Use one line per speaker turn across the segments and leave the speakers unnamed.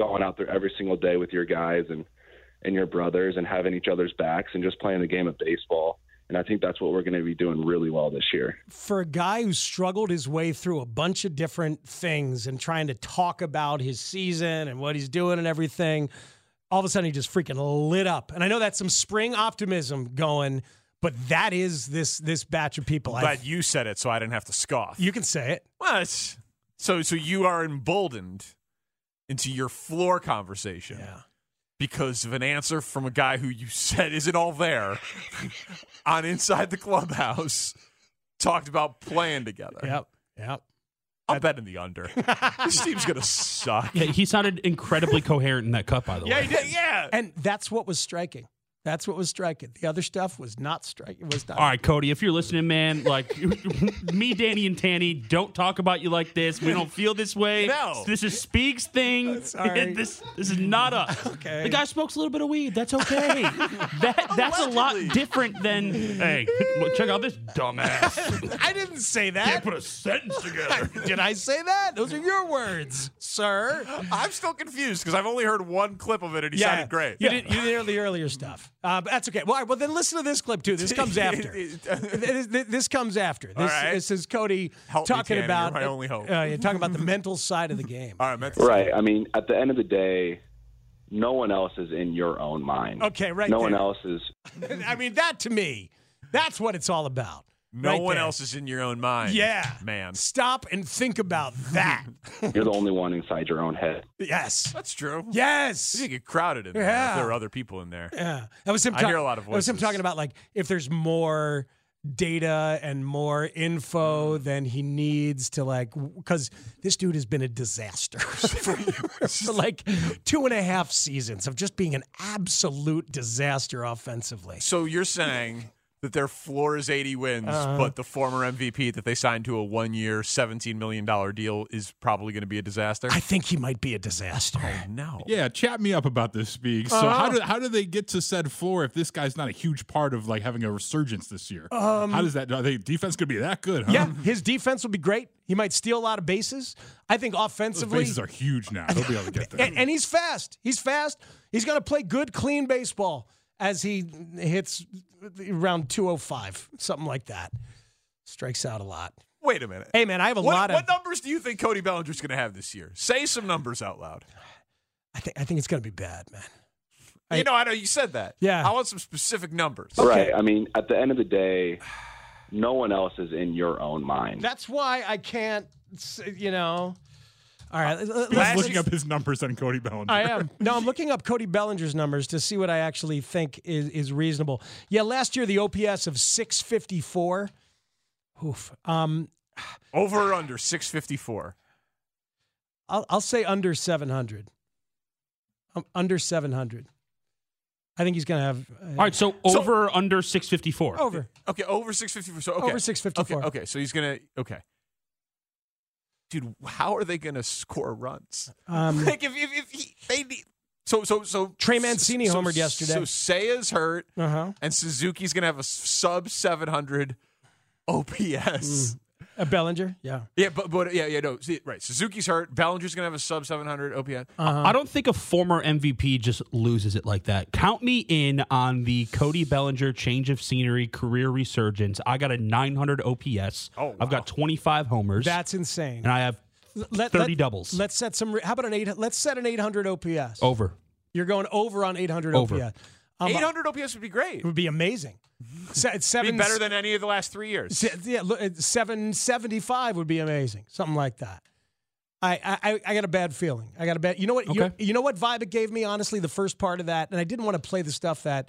going out there every single day with your guys and and your brothers and having each other's backs and just playing the game of baseball. And I think that's what we're going to be doing really well this year.
for a guy who struggled his way through a bunch of different things and trying to talk about his season and what he's doing and everything, all of a sudden he just freaking lit up. And I know that's some spring optimism going, but that is this this batch of people. I-
But you said it, so I didn't have to scoff.
you can say it.
well, it's, so so you are emboldened into your floor conversation because of an answer from a guy who you said isn't all there on inside the clubhouse. Talked about playing together.
Yep. Yep.
I'm betting the under. this team's gonna suck.
Yeah, he sounded incredibly coherent in that cut, by the
Yeah,
way.
he did. Yeah.
And that's what was striking. That's what was striking. The other stuff was not striking. Was not.
All right, Cody, if you're listening, man, like me, Danny, and Tanny don't talk about you like this. We don't feel this way.
No.
This is Speaks thing.
sorry.
This this is not us.
Okay.
The guy smokes a little bit of weed. That's okay. that that's a lot
Allegedly.
different than hey, look, check out this dumbass.
I didn't say
Can't
that.
put a sentence together.
Did I say that? Those are your words, sir.
I'm still confused because I've only heard one clip of it and he sounded great.
You, did, you did hear the earlier stuff. Uh, but that's okay. Well, all right, well, then listen to this clip, too. This comes after. this, this- this comes after. This,
right.
this is Cody
Help me,
talking
Tanner, you're
about
my only hope.
Uh, yeah, talking about the mental side of the game.
All right, Mets.
Right. I mean, at the end of the day, no one else is in your own mind.
Okay, right
No one
there.
else is.
I mean, that to me, that's what it's all about.
No
Right
one
there.
else is in your own mind.
Yeah,
Man.
Stop and think about that.
You're the only one inside your own head.
yes,
That's true.
yes.
You get crowded in there.
Yeah.
If there are other people in there.
Yeah, that was him.
I hear a lot of
that was him
voices.
talking about like if there's more data and more info than he needs to like because this dude has been a disaster for, for like two and a half seasons of just being an absolute disaster offensively.
So you're saying that their floor is 80 wins,
Uh-huh.
but the former MVP that they signed to a one year, $17 million deal is probably going to be a disaster?
I think he might be a disaster.
no.
Yeah, chat me up about this, Speak. So
Uh,
how do how do they get to said floor if this guy's not a huge part of like having a resurgence this year? how does that? Are they defense could be that good? Huh?
Um,
Oh.
Yeah, his defense will be great. He might steal a lot of bases. I think
Those
offensively,
bases are huge now. They'll be able to get there.
and, and he's fast. He's fast. He's going to play good, clean baseball as he hits around 205, something like that. Strikes out a lot.
Wait a minute.
Hey, man, I have a
what,
lot of.
what numbers do you think Cody Bellinger's going to have this year? Say some numbers out loud.
I think I think it's going to be bad, man. I-
you know, I know you said that.
Yeah.
I want some specific numbers.
Right. I mean, at the end of the day, no one else is in your own mind.
That's why I can't. s- You know. All right. l- l-
He's
let's-
looking up his numbers on Cody Bellinger.
I am. No, I'm looking up Cody Bellinger's numbers to see what I actually think is, is reasonable. Yeah, last year the OPS of 654. Oof. Um,
Over or under 654.
I'll, I'll say under 700. Um, under 700. I think he's going to have. Uh,
All right, so
So-
over or under 654.
Over.
Okay, over 654. So, okay.
Over 654.
Okay, okay, so he's going to. Okay. Dude, how are they going to score runs?
Um,
like if, if, if he, they need so so so
Trey Mancini
so,
homered yesterday.
So Seiya's hurt
uh huh.
and Suzuki's gonna have a sub seven hundred OPS. Mm.
Uh, Bellinger. Yeah.
Yeah, but but yeah yeah no see, right. Suzuki's hurt. Ballinger's gonna have a sub seven hundred OPS.
I don't think a former MVP just loses it like that. Count me in on the Cody Bellinger change of scenery career resurgence. I got a 900 OPS.
Oh, wow.
I've got 25 homers,
That's insane.
and I have
Let-
30
let-
doubles.
Let's set some. re- How about an eight? Let's set an 800 OPS.
over.
You're going over on 800
Over.
OPS. Um,
Eight hundred OPS would be great.
It would be amazing. Se- it's
Be
seven,
better than any of the last three years.
Se- Yeah, look, it's 775 would be amazing. Something like that. I, I, I- I got a bad feeling. I got a bad. You know what? You,
Okay.
you know what vibe it gave me. Honestly, the first part of that, and I didn't want to play the stuff that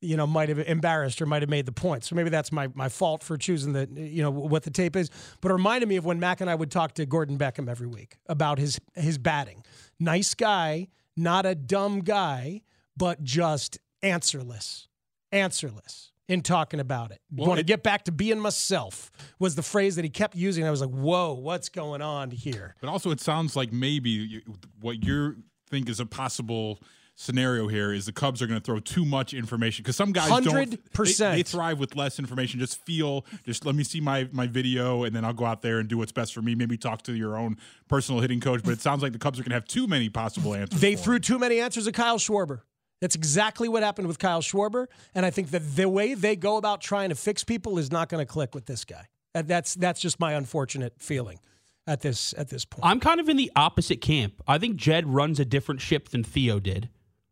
you know, might have embarrassed or might have made the point. So maybe that's my my fault for choosing the you know what the tape is. But it reminded me of when Mac and I would talk to Gordon Beckham every week about his his batting. Nice guy, not a dumb guy, but just answerless, answerless in talking about it.
Well,
Want to
it-
get back to being myself was the phrase that he kept using. I was like, whoa, what's going on here?
But also, it sounds like maybe you, what you think is a possible scenario here is the Cubs are going to throw too much information because some guys don't. they-
100%.
They thrive with less information. Just feel. Just let me see my my video, and then I'll go out there and do what's best for me. Maybe talk to your own personal hitting coach. But it sounds like the Cubs are going to have too many possible answers.
They
for
threw
him.
too many answers at Kyle Schwarber. That's exactly what happened with Kyle Schwarber, and I think that the way they go about trying to fix people is not going to click with this guy. And that's that's just my unfortunate feeling at this at this point.
I'm kind of in the opposite camp. I think Jed runs a different ship than Theo did.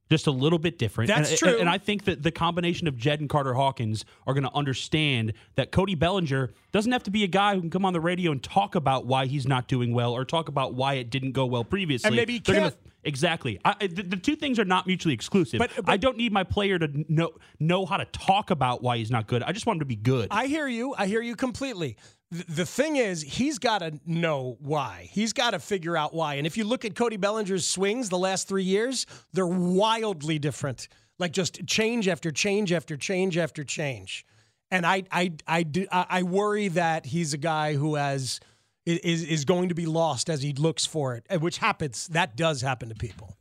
Just a little bit different.
That's
and,
true.
And, I think that the combination of Jed and Carter Hawkins are going to understand that Cody Bellinger doesn't have to be a guy who can come on the radio and talk about why he's not doing well or talk about why it didn't go well previously.
maybe he
They're gonna-
can't.
exactly. I, I- the, the two things are not mutually exclusive.
But- but-
I don't need my player to know know how to talk about why he's not good. I just want him to be good.
I hear you. I hear you completely. Th- The thing is, he's got to know why. He's got to figure out why. And if you look at Cody Bellinger's swings the last three years, they're wildly different. Like just change after change after change after change. And I, I, I do, I I worry that he's a guy who has i- is is going to be lost as he looks for it, and which happens. That does happen to people.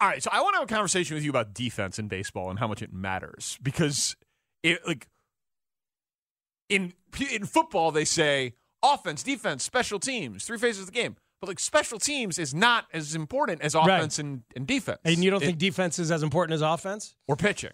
All right, so I want to have a conversation with you about defense in baseball and how much it matters because it like in in football they say offense, defense, special teams, three phases of the game. But like special teams is not as important as
Right.
offense and, and defense.
And you don't
It-
think defense is as important as offense?
or pitching.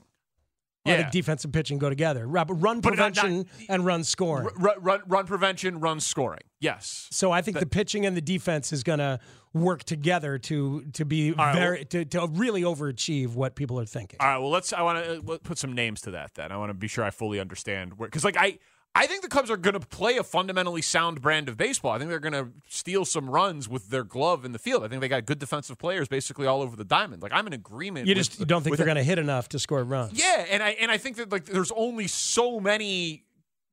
Well, I think defense and pitching go together. Ra- Run
But not- not-
prevention and run scoring.
R- run, run, run prevention, run scoring. Yes.
So I think the pitching and the defense is going to work together to to be
right,
very to, to really overachieve what people are thinking.
All right. Well, let's. I want to put some names to that. Then I want to be sure I fully understand where because like I. I think the Cubs are going to play a fundamentally sound brand of baseball. I think they're going to steal some runs with their glove in the field. I think they got good defensive players basically all over the diamond. Like I'm in agreement.
you
with-
just don't think
with
they're going to hit enough to score runs.
Yeah, and I and I think that like there's only so many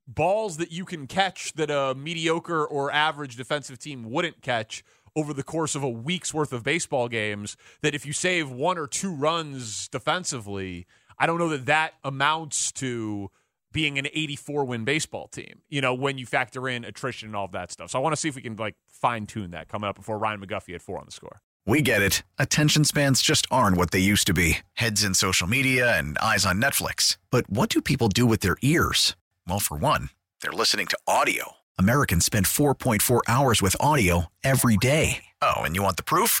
balls that you can catch that a mediocre or average defensive team wouldn't catch over the course of a week's worth of baseball games that if you save one or two runs defensively, I don't know that that amounts to being an 84 win baseball team, you know, when you factor in attrition and all of that stuff. So I want to see if we can like fine tune that coming up before Ryan McGuffey had four on the score.
We get it. Attention spans just aren't what they used to be heads in social media and eyes on Netflix. But what do people do with their ears? Well, for one, they're listening to audio. Americans spend 4.4 hours with audio every day. Oh, and you want the proof?